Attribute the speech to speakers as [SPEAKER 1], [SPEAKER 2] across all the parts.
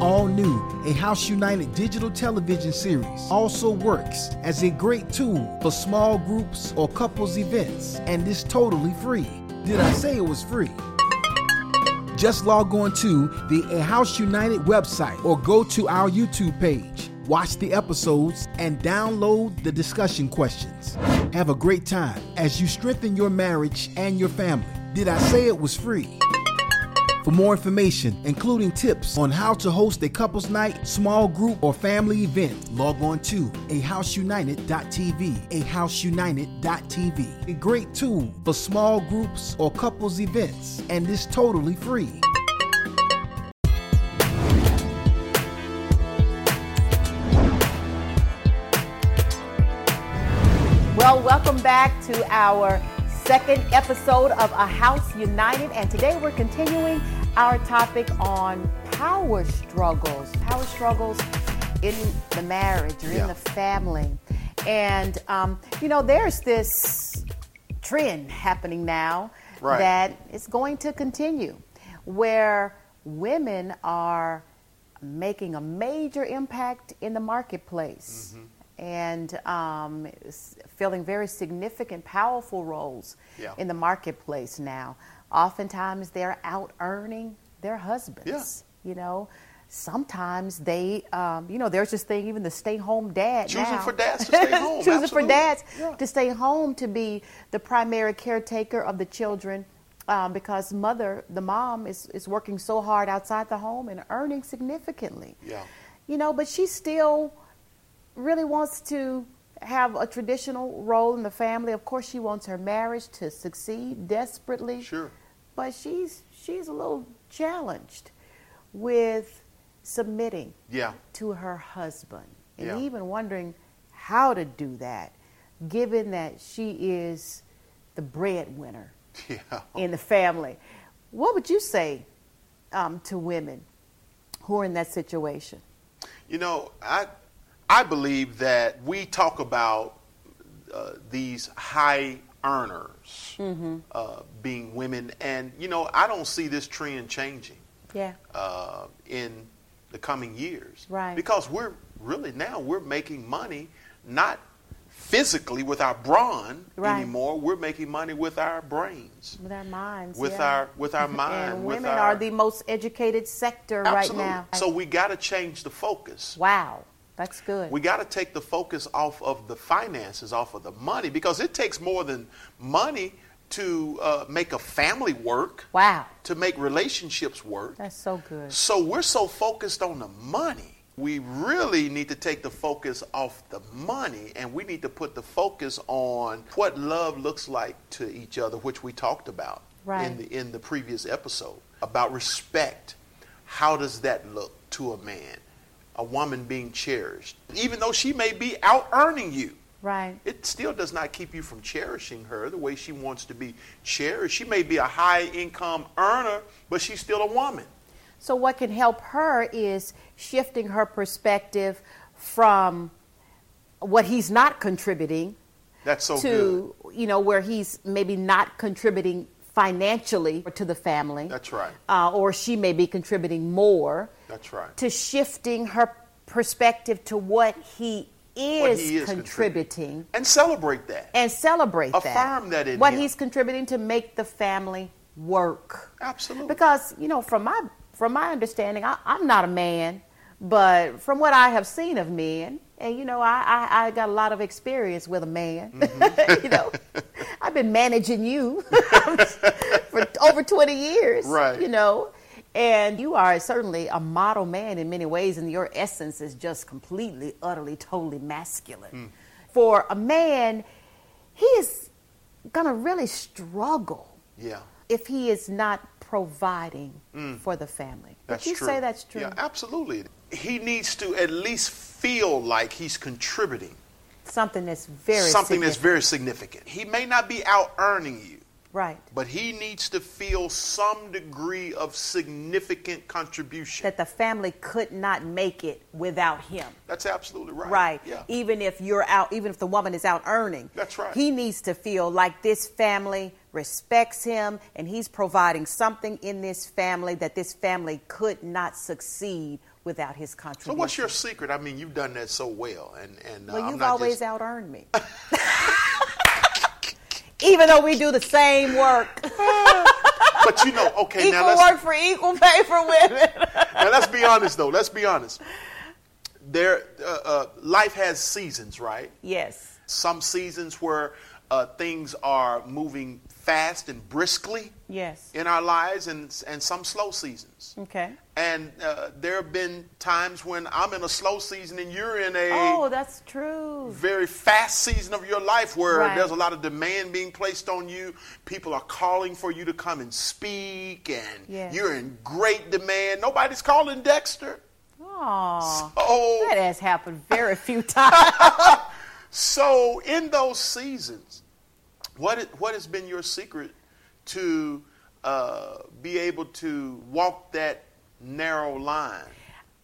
[SPEAKER 1] All New, a House United digital television series, also works as a great tool for small groups or couples events and is totally free. Did I say it was free? Just log on to the A House United website or go to our YouTube page. Watch the episodes and download the discussion questions. Have a great time as you strengthen your marriage and your family. Did I say it was free? For more information, including tips on how to host a couples night, small group, or family event, log on to ahouseunited.tv. ahouseunited.tv. A great tool for small groups or couples events, and is totally free.
[SPEAKER 2] Well, welcome back to our second episode of A House United. And today we're continuing our topic on power struggles, power struggles in the marriage or
[SPEAKER 1] Yeah.
[SPEAKER 2] in the family. And, um, you know, there's this trend happening now
[SPEAKER 3] Right.
[SPEAKER 2] that is going to continue where women are making a major impact in the marketplace
[SPEAKER 3] Mm-hmm.
[SPEAKER 2] and um, s- filling very significant, powerful roles
[SPEAKER 3] Yeah.
[SPEAKER 2] in the marketplace now. Oftentimes, they're out earning their husbands. You know, sometimes they, um, you know, there's this thing, even the stay home dad.
[SPEAKER 3] Choosing
[SPEAKER 2] now.
[SPEAKER 3] for dads to stay home,
[SPEAKER 2] Choosing for
[SPEAKER 3] absolutely.
[SPEAKER 2] dads
[SPEAKER 3] Yeah.
[SPEAKER 2] to stay home to be the primary caretaker of the children. Um, because mother, the mom is, is working so hard outside the home and earning significantly.
[SPEAKER 3] Yeah.
[SPEAKER 2] You know, but she still really wants to have a traditional role in the family. Of course, she wants her marriage to succeed desperately.
[SPEAKER 3] Sure.
[SPEAKER 2] But she's she's a little challenged with submitting
[SPEAKER 3] Yeah.
[SPEAKER 2] to her husband and
[SPEAKER 3] Yeah.
[SPEAKER 2] even wondering how to do that given that she is the breadwinner
[SPEAKER 3] Yeah.
[SPEAKER 2] in the family. What would you say um, to women who are in that situation?
[SPEAKER 3] You know, I I believe that we talk about uh, these high earners
[SPEAKER 2] Mm-hmm.
[SPEAKER 3] uh, being women, and you know, I don't see this trend changing
[SPEAKER 2] Yeah.
[SPEAKER 3] uh, in the coming years,
[SPEAKER 2] Right.
[SPEAKER 3] Because we're really now we're making money not physically with our brawn
[SPEAKER 2] Right.
[SPEAKER 3] anymore. We're making money with our brains,
[SPEAKER 2] With our minds.
[SPEAKER 3] with
[SPEAKER 2] yeah.
[SPEAKER 3] our with our mind.
[SPEAKER 2] and
[SPEAKER 3] with
[SPEAKER 2] women
[SPEAKER 3] our-
[SPEAKER 2] are the most educated sector
[SPEAKER 3] Absolutely.
[SPEAKER 2] right now.
[SPEAKER 3] So we got to change the focus.
[SPEAKER 2] wow, that's good.
[SPEAKER 3] We got to take the focus off of the finances, off of the money, because it takes more than money to uh, make a family work,
[SPEAKER 2] wow,
[SPEAKER 3] to make relationships work.
[SPEAKER 2] that's so good.
[SPEAKER 3] So we're so focused on the money. We really need to take the focus off the money and we need to put the focus on what love looks like to each other, which we talked about
[SPEAKER 2] Right.
[SPEAKER 3] in the in the previous episode about respect. How does that look to a man? A woman being cherished. Even though she may be out earning you,
[SPEAKER 2] Right.
[SPEAKER 3] it still does not keep you from cherishing her the way she wants to be cherished. She may be a high income earner, but she's still a woman.
[SPEAKER 2] So, what can help her is shifting her perspective from what he's not contributing
[SPEAKER 3] That's so
[SPEAKER 2] to, you know, where he's maybe not contributing financially to the family.
[SPEAKER 3] That's right.
[SPEAKER 2] Uh, or she may be contributing more.
[SPEAKER 3] That's right.
[SPEAKER 2] To shifting her perspective to what he is,
[SPEAKER 3] What he is
[SPEAKER 2] contributing.
[SPEAKER 3] And celebrate that.
[SPEAKER 2] and celebrate that.
[SPEAKER 3] Affirm that in
[SPEAKER 2] what
[SPEAKER 3] him.
[SPEAKER 2] he's contributing to make the family work.
[SPEAKER 3] Absolutely.
[SPEAKER 2] Because you know, from my from my understanding, I, I'm not a man, but from what I have seen of men, and you know, I I, I got a lot of experience with a man. you know, I've been managing you for over 20 years.
[SPEAKER 3] Right.
[SPEAKER 2] You know. And you are certainly a model man in many ways, and your essence is just completely, utterly, totally masculine. For a man, he is gonna really struggle
[SPEAKER 3] Yeah.
[SPEAKER 2] if he is not providing for the family.
[SPEAKER 3] Mm. That's
[SPEAKER 2] Would you
[SPEAKER 3] true.
[SPEAKER 2] say that's true?
[SPEAKER 3] Yeah, absolutely. He needs to at least feel like he's contributing
[SPEAKER 2] Something that's very
[SPEAKER 3] something that's
[SPEAKER 2] significant.
[SPEAKER 3] very significant. He may not be out earning you,
[SPEAKER 2] Right.
[SPEAKER 3] but he needs to feel some degree of significant contribution.
[SPEAKER 2] That the family could not make it without him.
[SPEAKER 3] That's absolutely right.
[SPEAKER 2] Right.
[SPEAKER 3] Yeah.
[SPEAKER 2] Even if you're out, even if the woman is out earning.
[SPEAKER 3] That's right.
[SPEAKER 2] He needs to feel like this family respects him and he's providing something in this family that this family could not succeed without his
[SPEAKER 3] So
[SPEAKER 2] contribution.
[SPEAKER 3] what's your secret? I mean, you've done that so well, and and uh,
[SPEAKER 2] Well,
[SPEAKER 3] I'm
[SPEAKER 2] you've
[SPEAKER 3] not
[SPEAKER 2] always
[SPEAKER 3] just,
[SPEAKER 2] out earned me. even though we do the same work,
[SPEAKER 3] but you know, okay, now
[SPEAKER 2] equal
[SPEAKER 3] let's
[SPEAKER 2] work for equal pay for women.
[SPEAKER 3] now let's be honest though. Let's be honest. There, uh, uh, life has seasons, right?
[SPEAKER 2] yes.
[SPEAKER 3] Some seasons where uh, things are moving fast and briskly
[SPEAKER 2] Yes.
[SPEAKER 3] in our lives, and and some slow seasons.
[SPEAKER 2] Okay.
[SPEAKER 3] And uh, there have been times when I'm in a slow season and you're in a
[SPEAKER 2] Oh, that's true.
[SPEAKER 3] very fast season of your life where
[SPEAKER 2] Right.
[SPEAKER 3] there's a lot of demand being placed on you. People are calling for you to come and speak, and
[SPEAKER 2] Yes.
[SPEAKER 3] you're in great demand. Nobody's calling Dexter.
[SPEAKER 2] Oh,
[SPEAKER 3] Oh,
[SPEAKER 2] that has happened very few times.
[SPEAKER 3] so in those seasons, what it- what has been your secret to uh, be able to walk that narrow line?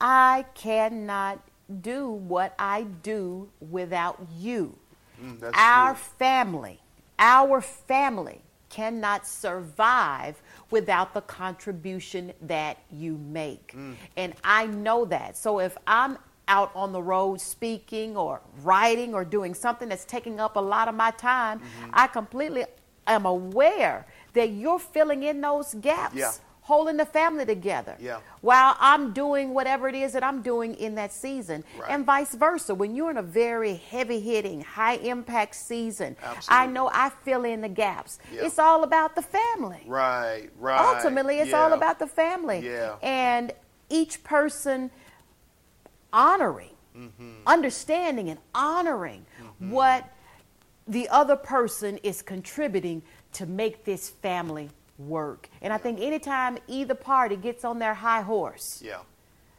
[SPEAKER 2] I cannot do what I do without you.
[SPEAKER 3] Mm, that's
[SPEAKER 2] our
[SPEAKER 3] good.
[SPEAKER 2] family, our family cannot survive without the contribution that you make.
[SPEAKER 3] Mm.
[SPEAKER 2] And I know that. So if I'm out on the road speaking or writing or doing something that's taking up a lot of my time,
[SPEAKER 3] Mm-hmm.
[SPEAKER 2] I completely am aware that you're filling in those gaps.
[SPEAKER 3] Yeah.
[SPEAKER 2] Holding the family together
[SPEAKER 3] Yeah.
[SPEAKER 2] while I'm doing whatever it is that I'm doing in that season,
[SPEAKER 3] Right.
[SPEAKER 2] and vice versa. When you're in a very heavy hitting, high impact season, I
[SPEAKER 3] Absolutely.
[SPEAKER 2] know I fill in the gaps.
[SPEAKER 3] Yeah.
[SPEAKER 2] It's all about the family.
[SPEAKER 3] Right, right.
[SPEAKER 2] Ultimately, it's all
[SPEAKER 3] yeah.
[SPEAKER 2] about the family.
[SPEAKER 3] Yeah.
[SPEAKER 2] And each person honoring,
[SPEAKER 3] Mm-hmm.
[SPEAKER 2] understanding, and honoring what the other person is contributing to make this family work. And I think anytime either party gets on their high horse,
[SPEAKER 3] Yeah.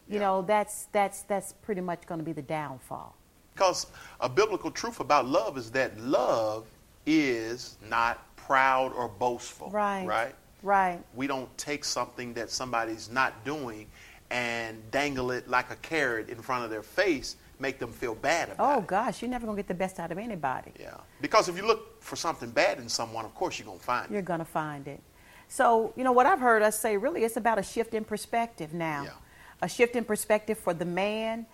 [SPEAKER 2] you know, that's that's that's pretty much going to be the downfall.
[SPEAKER 3] Because a biblical truth about love is that love is not proud or boastful.
[SPEAKER 2] Right.
[SPEAKER 3] Oh, Right?
[SPEAKER 2] Right.
[SPEAKER 3] We don't take something that somebody's not doing and dangle it like a carrot in front of their face, make them feel bad about
[SPEAKER 2] Oh
[SPEAKER 3] it.
[SPEAKER 2] gosh, you're never going to get the best out of anybody.
[SPEAKER 3] Yeah. Because if you look for something bad in someone, of course you're going to find
[SPEAKER 2] You're
[SPEAKER 3] it.
[SPEAKER 2] going to find it. So, you know, what I've heard us say really it's about a shift in perspective now.
[SPEAKER 3] Yeah.
[SPEAKER 2] A shift in perspective for the man.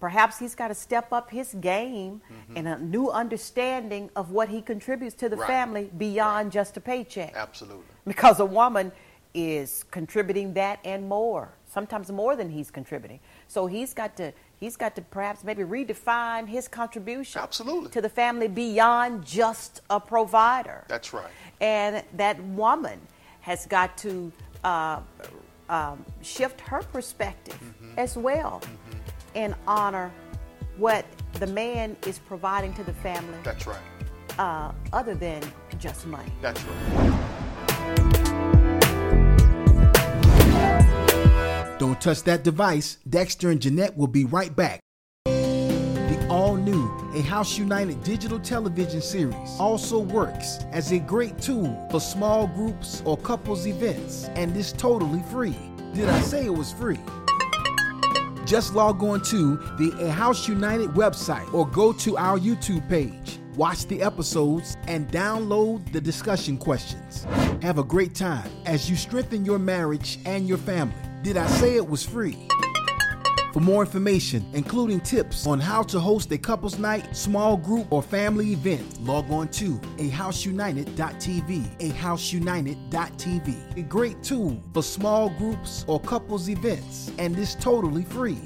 [SPEAKER 2] Perhaps he's got to step up his game and a new understanding of what he contributes to the
[SPEAKER 3] Mm-hmm. Right.
[SPEAKER 2] family beyond just a paycheck.
[SPEAKER 3] Absolutely.
[SPEAKER 2] because a woman is contributing that and more sometimes more than he's contributing so he's got to he's got to perhaps maybe redefine his contribution
[SPEAKER 3] Absolutely.
[SPEAKER 2] to the family beyond just a provider
[SPEAKER 3] That's right.
[SPEAKER 2] and that woman has got to uh, um, shift her perspective
[SPEAKER 3] Mm-hmm.
[SPEAKER 2] as well and honor what the man is providing to the family
[SPEAKER 3] That's right.
[SPEAKER 2] uh, other than just money
[SPEAKER 3] That's right.
[SPEAKER 1] Don't touch that device. Dexter and Jeanette will be right back. The all new A House United digital television series also works as a great tool for small groups or couples events and is totally free. Did I say it was free? Just log on to the A House United website or go to our YouTube page. Watch the episodes and download the discussion questions. Have a great time as you strengthen your marriage and your family. Did I say it was free? For more information, including tips on how to host a couples night, small group, or family event, log on to ahouseunited.tv. Ahouseunited.tv. A great tool for small groups or couples events, and is totally free.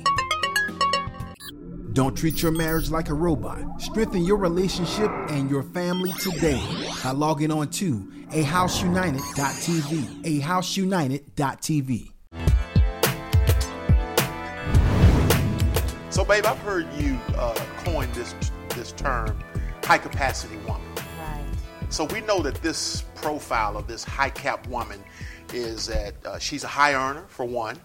[SPEAKER 1] Don't treat your marriage like a robot. Strengthen your relationship and your family today by logging on to ahouseunited.tv. Ahouseunited.tv.
[SPEAKER 3] So, babe, I've heard you uh, coin this this term, high capacity woman.
[SPEAKER 2] right
[SPEAKER 3] So we know that this profile of this high cap woman is that uh, she's a high earner for one,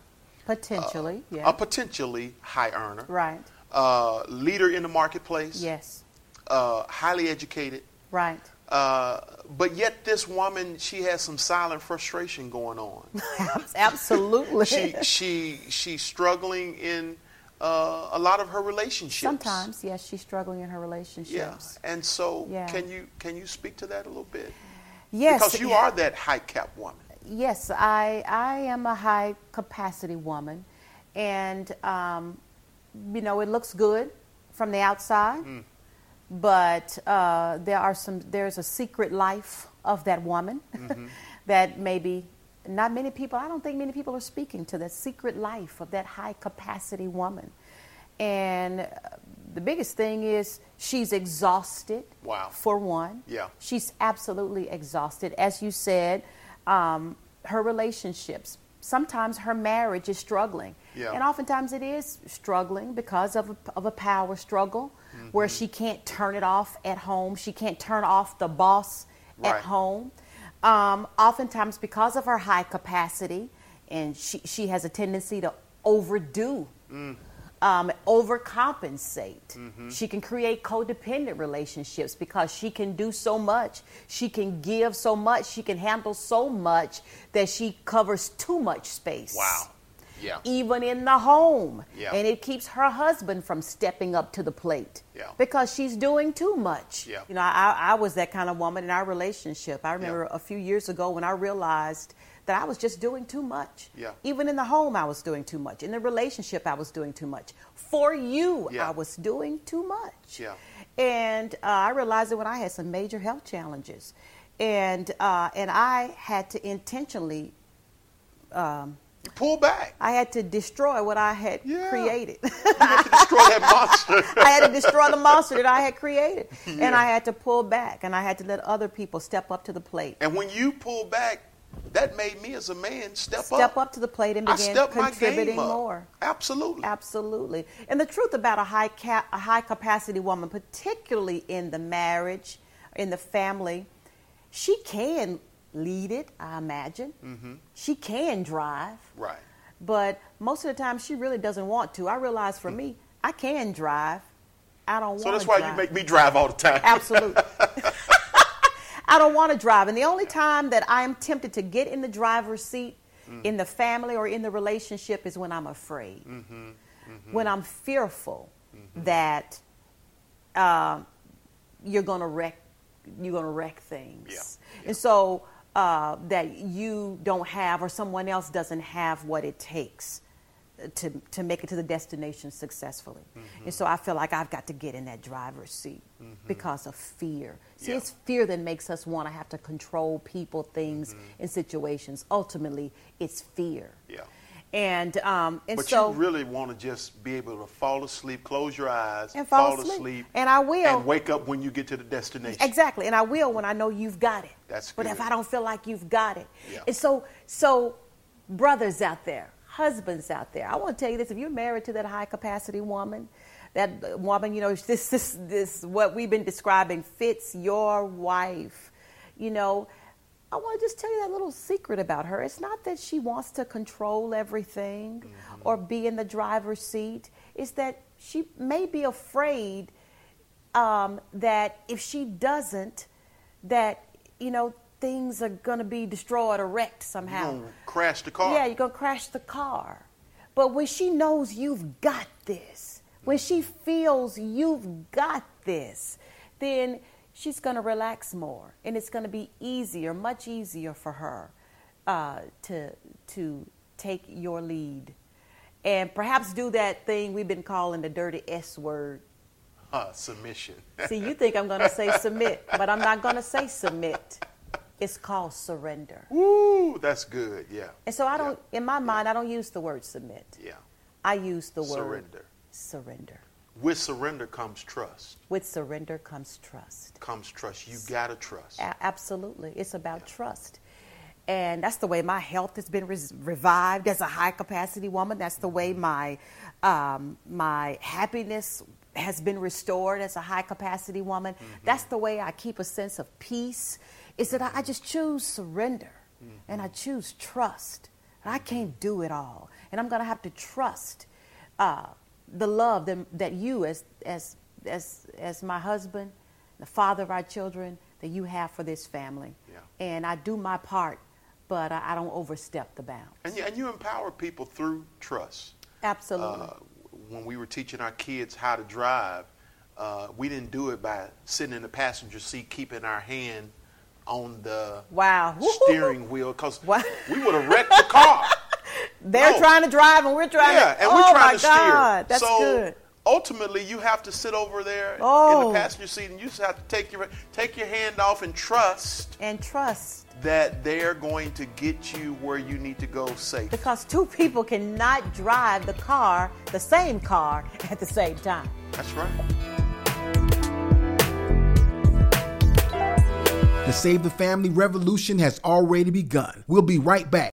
[SPEAKER 2] Potentially, yeah.
[SPEAKER 3] Uh, a potentially high earner,
[SPEAKER 2] Right.
[SPEAKER 3] Uh, leader in the marketplace,
[SPEAKER 2] Yes.
[SPEAKER 3] uh, highly educated,
[SPEAKER 2] Right.
[SPEAKER 3] Uh, but yet, this woman, she has some silent frustration going on.
[SPEAKER 2] Absolutely.
[SPEAKER 3] she she she's struggling in uh, a lot of her relationships.
[SPEAKER 2] Sometimes, yes, she's struggling in her
[SPEAKER 3] Yeah.
[SPEAKER 2] relationships.
[SPEAKER 3] And so,
[SPEAKER 2] Yeah.
[SPEAKER 3] can you can you speak to that a little bit?
[SPEAKER 2] Yes.
[SPEAKER 3] Because you are that high cap woman.
[SPEAKER 2] Yes, I I am a high capacity woman, and um, you know it looks good from the outside, but uh, there are some there's a secret life of that woman that maybe not many people I don't think many people are speaking to that secret life of that high capacity woman, and uh, the biggest thing is she's exhausted.
[SPEAKER 3] Wow.
[SPEAKER 2] For one.
[SPEAKER 3] Yeah.
[SPEAKER 2] She's absolutely exhausted. As you said, um, her relationships, sometimes her marriage is struggling.
[SPEAKER 3] Yeah.
[SPEAKER 2] And oftentimes it is struggling because of a, of a power struggle
[SPEAKER 3] Mm-hmm.
[SPEAKER 2] where she can't turn it off at home. She can't turn off the boss
[SPEAKER 3] Right.
[SPEAKER 2] at home. Um, oftentimes, because of her high capacity, and she, she has a tendency to overdo um, overcompensate.
[SPEAKER 3] Mm-hmm.
[SPEAKER 2] She can create codependent relationships because she can do so much. She can give so much. She can handle so much that she covers too much space.
[SPEAKER 3] Wow. Yeah.
[SPEAKER 2] Even in the home.
[SPEAKER 3] Yeah.
[SPEAKER 2] And it keeps her husband from stepping up to the plate
[SPEAKER 3] Yeah.
[SPEAKER 2] because she's doing too much.
[SPEAKER 3] Yeah.
[SPEAKER 2] You know, I, I was that kind of woman in our relationship. I remember a few years ago when I realized that I was just doing too much.
[SPEAKER 3] Yeah.
[SPEAKER 2] Even in the home, I was doing too much. In the relationship, I was doing too much. For you,
[SPEAKER 3] Yeah.
[SPEAKER 2] I was doing too much.
[SPEAKER 3] Yeah.
[SPEAKER 2] And uh, I realized that when I had some major health challenges, and uh, and I had to intentionally
[SPEAKER 3] Pull back.
[SPEAKER 2] I had to destroy what I had
[SPEAKER 3] Yeah.
[SPEAKER 2] created.
[SPEAKER 3] Destroy that monster.
[SPEAKER 2] I had to destroy the monster that I had created. And I had to pull back and I had to let other people step up to the plate.
[SPEAKER 3] And when you pull back, that made me as a man step,
[SPEAKER 2] Step up to the plate and
[SPEAKER 3] I
[SPEAKER 2] begin
[SPEAKER 3] stepped my game
[SPEAKER 2] contributing
[SPEAKER 3] up.
[SPEAKER 2] more.
[SPEAKER 3] Absolutely.
[SPEAKER 2] Absolutely. And the truth about a high ca- a high capacity woman, particularly in the marriage, in the family, she can lead it, I imagine.
[SPEAKER 3] Mm-hmm.
[SPEAKER 2] She can drive.
[SPEAKER 3] Right.
[SPEAKER 2] But most of the time, she really doesn't want to. I realize for me, I can drive. I don't want to.
[SPEAKER 3] Mm. So that's why you make me drive all the time.
[SPEAKER 2] Absolutely. I don't want to drive. And the only time that I am tempted to get in the driver's seat in the family or in the relationship is when I'm afraid,
[SPEAKER 3] Mm-hmm.
[SPEAKER 2] when I'm fearful that uh, you're going to wreck you're going to wreck things.
[SPEAKER 3] Yeah,
[SPEAKER 2] And so uh, that you don't have or someone else doesn't have what it takes to, to make it to the destination successfully.
[SPEAKER 3] Mm-hmm.
[SPEAKER 2] And so I feel like I've got to get in that driver's seat because of fear. See,
[SPEAKER 3] Yeah.
[SPEAKER 2] it's fear that makes us want to have to control people, things, and situations. Ultimately, it's fear.
[SPEAKER 3] Mm-hmm. Yeah.
[SPEAKER 2] And um, and
[SPEAKER 3] But
[SPEAKER 2] so
[SPEAKER 3] you really want to just be able to fall asleep, close your eyes,
[SPEAKER 2] And fall asleep. And I will.
[SPEAKER 3] and wake up when you get to the destination.
[SPEAKER 2] Exactly, and I will when I know you've got it.
[SPEAKER 3] That's
[SPEAKER 2] But if
[SPEAKER 3] good.
[SPEAKER 2] I don't feel like you've got it,
[SPEAKER 3] Yeah.
[SPEAKER 2] and so so, brothers out there, husbands out there, I want to tell you this: if you're married to that high capacity woman, that woman, you know, this this this what we've been describing fits your wife, you know. I want to just tell you that little secret about her. It's not that she wants to control everything
[SPEAKER 3] Mm-hmm.
[SPEAKER 2] or be in the driver's seat. It's that she may be afraid um, that if she doesn't, that you know things are gonna be destroyed or wrecked
[SPEAKER 3] You're
[SPEAKER 2] somehow.
[SPEAKER 3] going to crash the car.
[SPEAKER 2] Yeah, you're gonna crash the car. But when she knows you've got this, when she feels you've got this, then she's gonna relax more, and it's gonna be easier, much easier for her uh, to to take your lead, and perhaps do that thing we've been calling the dirty S word.
[SPEAKER 3] Huh, submission.
[SPEAKER 2] See, you think I'm going to say submit, but I'm not going to say submit. It's called surrender.
[SPEAKER 3] Woo, that's good. Yeah.
[SPEAKER 2] And so I
[SPEAKER 3] Yeah.
[SPEAKER 2] don't, in my mind, I don't use the word submit.
[SPEAKER 3] Yeah.
[SPEAKER 2] I use the word
[SPEAKER 3] Surrender.
[SPEAKER 2] Surrender.
[SPEAKER 3] With surrender comes trust.
[SPEAKER 2] With surrender comes trust.
[SPEAKER 3] Comes trust. You got to trust.
[SPEAKER 2] A- absolutely. It's about trust. And that's the way my health has been res- revived as a high capacity woman. That's the way my, um, my happiness has been restored as a high capacity woman. That's the way I keep a sense of peace, is that I, I just choose surrender and I choose trust. And I can't do it all. And I'm going to have to trust uh, the love that, that you as as as as my husband, the father of our children, that you have for this family.
[SPEAKER 3] Yeah.
[SPEAKER 2] And I do my part, but I, I don't overstep the bounds.
[SPEAKER 3] And, you- and you empower people through trust.
[SPEAKER 2] Absolutely.
[SPEAKER 3] Uh, when we were teaching our kids how to drive, uh, we didn't do it by sitting in the passenger seat, keeping our hand on the
[SPEAKER 2] Wow.
[SPEAKER 3] steering wheel, because
[SPEAKER 2] Wow.
[SPEAKER 3] we would have wrecked the car.
[SPEAKER 2] They're
[SPEAKER 3] no.
[SPEAKER 2] trying to drive and we're trying
[SPEAKER 3] yeah,
[SPEAKER 2] to.
[SPEAKER 3] and
[SPEAKER 2] oh
[SPEAKER 3] we're trying
[SPEAKER 2] my
[SPEAKER 3] to
[SPEAKER 2] God,
[SPEAKER 3] steer.
[SPEAKER 2] that's
[SPEAKER 3] so
[SPEAKER 2] good.
[SPEAKER 3] ultimately, you have to sit over there in
[SPEAKER 2] Oh.
[SPEAKER 3] the passenger seat, and you just have to take your take your hand off and trust
[SPEAKER 2] And trust,
[SPEAKER 3] that they're going to get you where you need to go safe.
[SPEAKER 2] because two people cannot drive the car, the same car, at the same time.
[SPEAKER 3] That's right.
[SPEAKER 1] The Save the Family revolution has already begun. We'll be right back.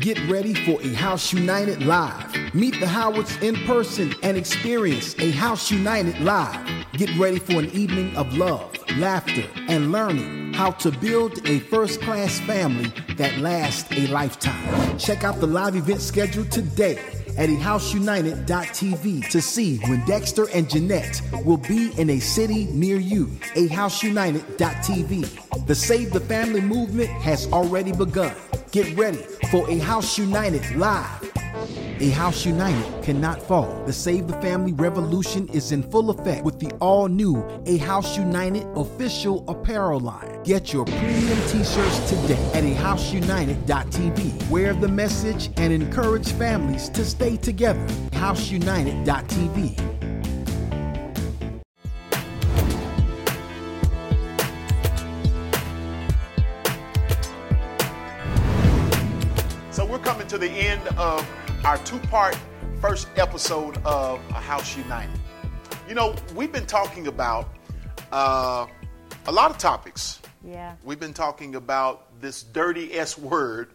[SPEAKER 1] Get ready for a House United Live. Meet the Howards in person and experience a House United Live. Get ready for an evening of love, laughter, and learning how to build a first class family that lasts a lifetime. Check out the live event schedule today at E ahouseunited.tv to see when Dexter and Jeanette will be in a city near you. E ahouseunited.tv. The Save the Family movement has already begun. Get ready for A House United Live. A House United cannot fall. The Save the Family revolution is in full effect with the all new A House United official apparel line. Get your premium t shirts today at ahouseunited.tv. Wear the message and encourage families to stay together. HouseUnited.tv.
[SPEAKER 3] So we're coming to the end of our two-part first episode of A House United. You know, we've been talking about uh, a lot of topics.
[SPEAKER 2] Yeah.
[SPEAKER 3] We've been talking about this dirty S word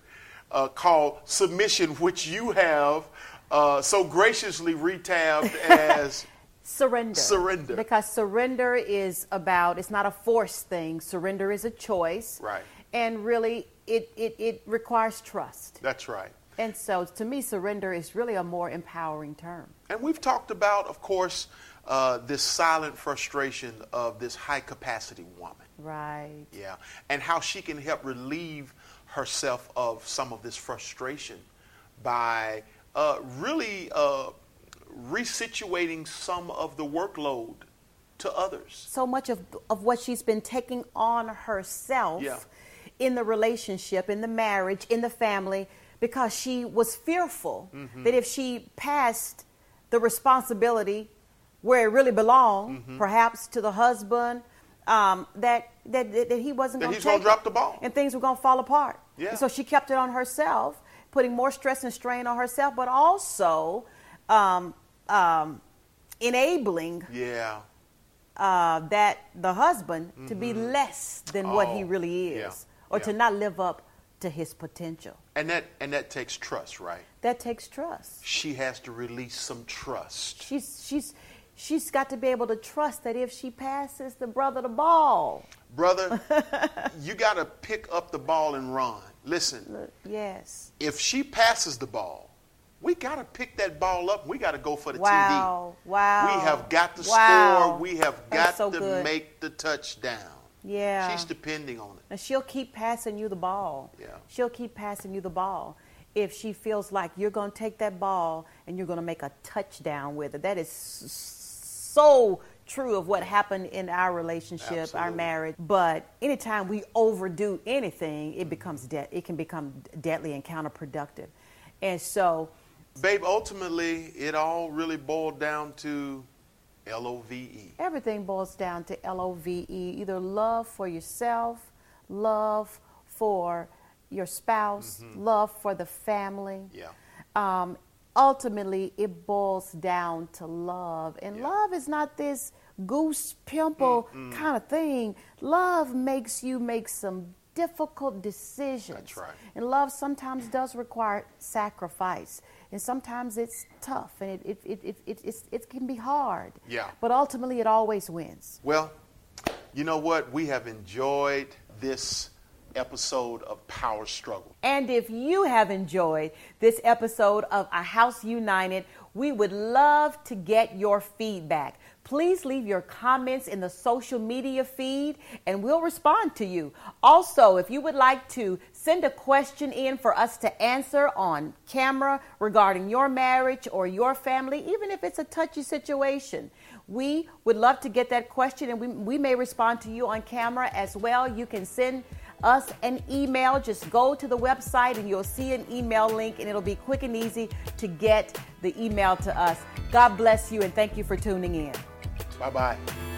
[SPEAKER 3] uh, called submission, which you have uh, so graciously retabbed as
[SPEAKER 2] Surrender.
[SPEAKER 3] Surrender.
[SPEAKER 2] Because surrender is about, it's not a forced thing. Surrender is a choice.
[SPEAKER 3] Right.
[SPEAKER 2] And really, it, it, it requires trust.
[SPEAKER 3] that's right.
[SPEAKER 2] And so to me, surrender is really a more empowering term.
[SPEAKER 3] And we've talked about, of course, uh, this silent frustration of this high-capacity woman.
[SPEAKER 2] Right.
[SPEAKER 3] Yeah, and how she can help relieve herself of some of this frustration by uh, really uh, resituating some of the workload to others.
[SPEAKER 2] so much of, of what she's been taking on herself
[SPEAKER 3] Yeah.
[SPEAKER 2] in the relationship, in the marriage, in the family, because she was fearful
[SPEAKER 3] Mm-hmm.
[SPEAKER 2] that if she passed the responsibility where it really belonged,
[SPEAKER 3] Mm-hmm.
[SPEAKER 2] perhaps to the husband, um, that, that, that, that he wasn't
[SPEAKER 3] That
[SPEAKER 2] going
[SPEAKER 3] he's
[SPEAKER 2] take
[SPEAKER 3] gonna drop
[SPEAKER 2] it,
[SPEAKER 3] the ball.
[SPEAKER 2] And things were going to fall apart.
[SPEAKER 3] Yeah.
[SPEAKER 2] And so she kept it on herself, putting more stress and strain on herself, but also um, um, enabling
[SPEAKER 3] Yeah,
[SPEAKER 2] uh, that the husband to be less than what he
[SPEAKER 3] Mm-hmm. Oh,
[SPEAKER 2] really is
[SPEAKER 3] yeah,
[SPEAKER 2] or to
[SPEAKER 3] yeah.
[SPEAKER 2] not live up to his potential.
[SPEAKER 3] and that and that takes trust, right?
[SPEAKER 2] That takes trust.
[SPEAKER 3] She has to release some trust.
[SPEAKER 2] She's she's she's got to be able to trust that if she passes the brother the ball,
[SPEAKER 3] Brother, you got to pick up the ball and run. Listen,
[SPEAKER 2] yes.
[SPEAKER 3] if she passes the ball, we got to pick that ball up. We got to go for the TD.
[SPEAKER 2] Wow. Wow.
[SPEAKER 3] We have got to
[SPEAKER 2] Wow.
[SPEAKER 3] score. We have
[SPEAKER 2] That's
[SPEAKER 3] got
[SPEAKER 2] so
[SPEAKER 3] to
[SPEAKER 2] good.
[SPEAKER 3] make the touchdown.
[SPEAKER 2] Yeah.
[SPEAKER 3] She's depending on it.
[SPEAKER 2] And she'll keep passing you the ball.
[SPEAKER 3] Yeah.
[SPEAKER 2] She'll keep passing you the ball if she feels like you're going to take that ball and you're going to make a touchdown with it. That is s- so true of what happened in our relationship, our
[SPEAKER 3] Absolutely.
[SPEAKER 2] marriage. But anytime we overdo anything, it becomes de- it can become deadly and counterproductive. And so,
[SPEAKER 3] Babe, ultimately, it all really boiled down to L O V E.
[SPEAKER 2] Everything boils down to L O V E either love for yourself, love for your spouse, love for the family.
[SPEAKER 3] Mm-hmm. Yeah.
[SPEAKER 2] Um, ultimately, it boils down to love. And
[SPEAKER 3] Yeah.
[SPEAKER 2] love is not this goose pimple kind of thing. Love makes you make some difficult decisions.
[SPEAKER 3] right.
[SPEAKER 2] And love sometimes does require sacrifice. And sometimes it's tough and it, it, it, it, it, it's, it can be hard.
[SPEAKER 3] Yeah.
[SPEAKER 2] But ultimately, it always wins.
[SPEAKER 3] Well, you know what? We have enjoyed this episode of Power Struggle.
[SPEAKER 2] And if you have enjoyed this episode of A House United, We would love to get your feedback. Please leave your comments in the social media feed and we'll respond to you. Also, if you would like to send a question in for us to answer on camera regarding your marriage or your family, even if it's a touchy situation, we would love to get that question and we, we may respond to you on camera as well. You can send us an email. Just go to the website and you'll see an email link, and it'll be quick and easy to get the email to us. God bless you and thank you for tuning in.
[SPEAKER 3] Bye bye.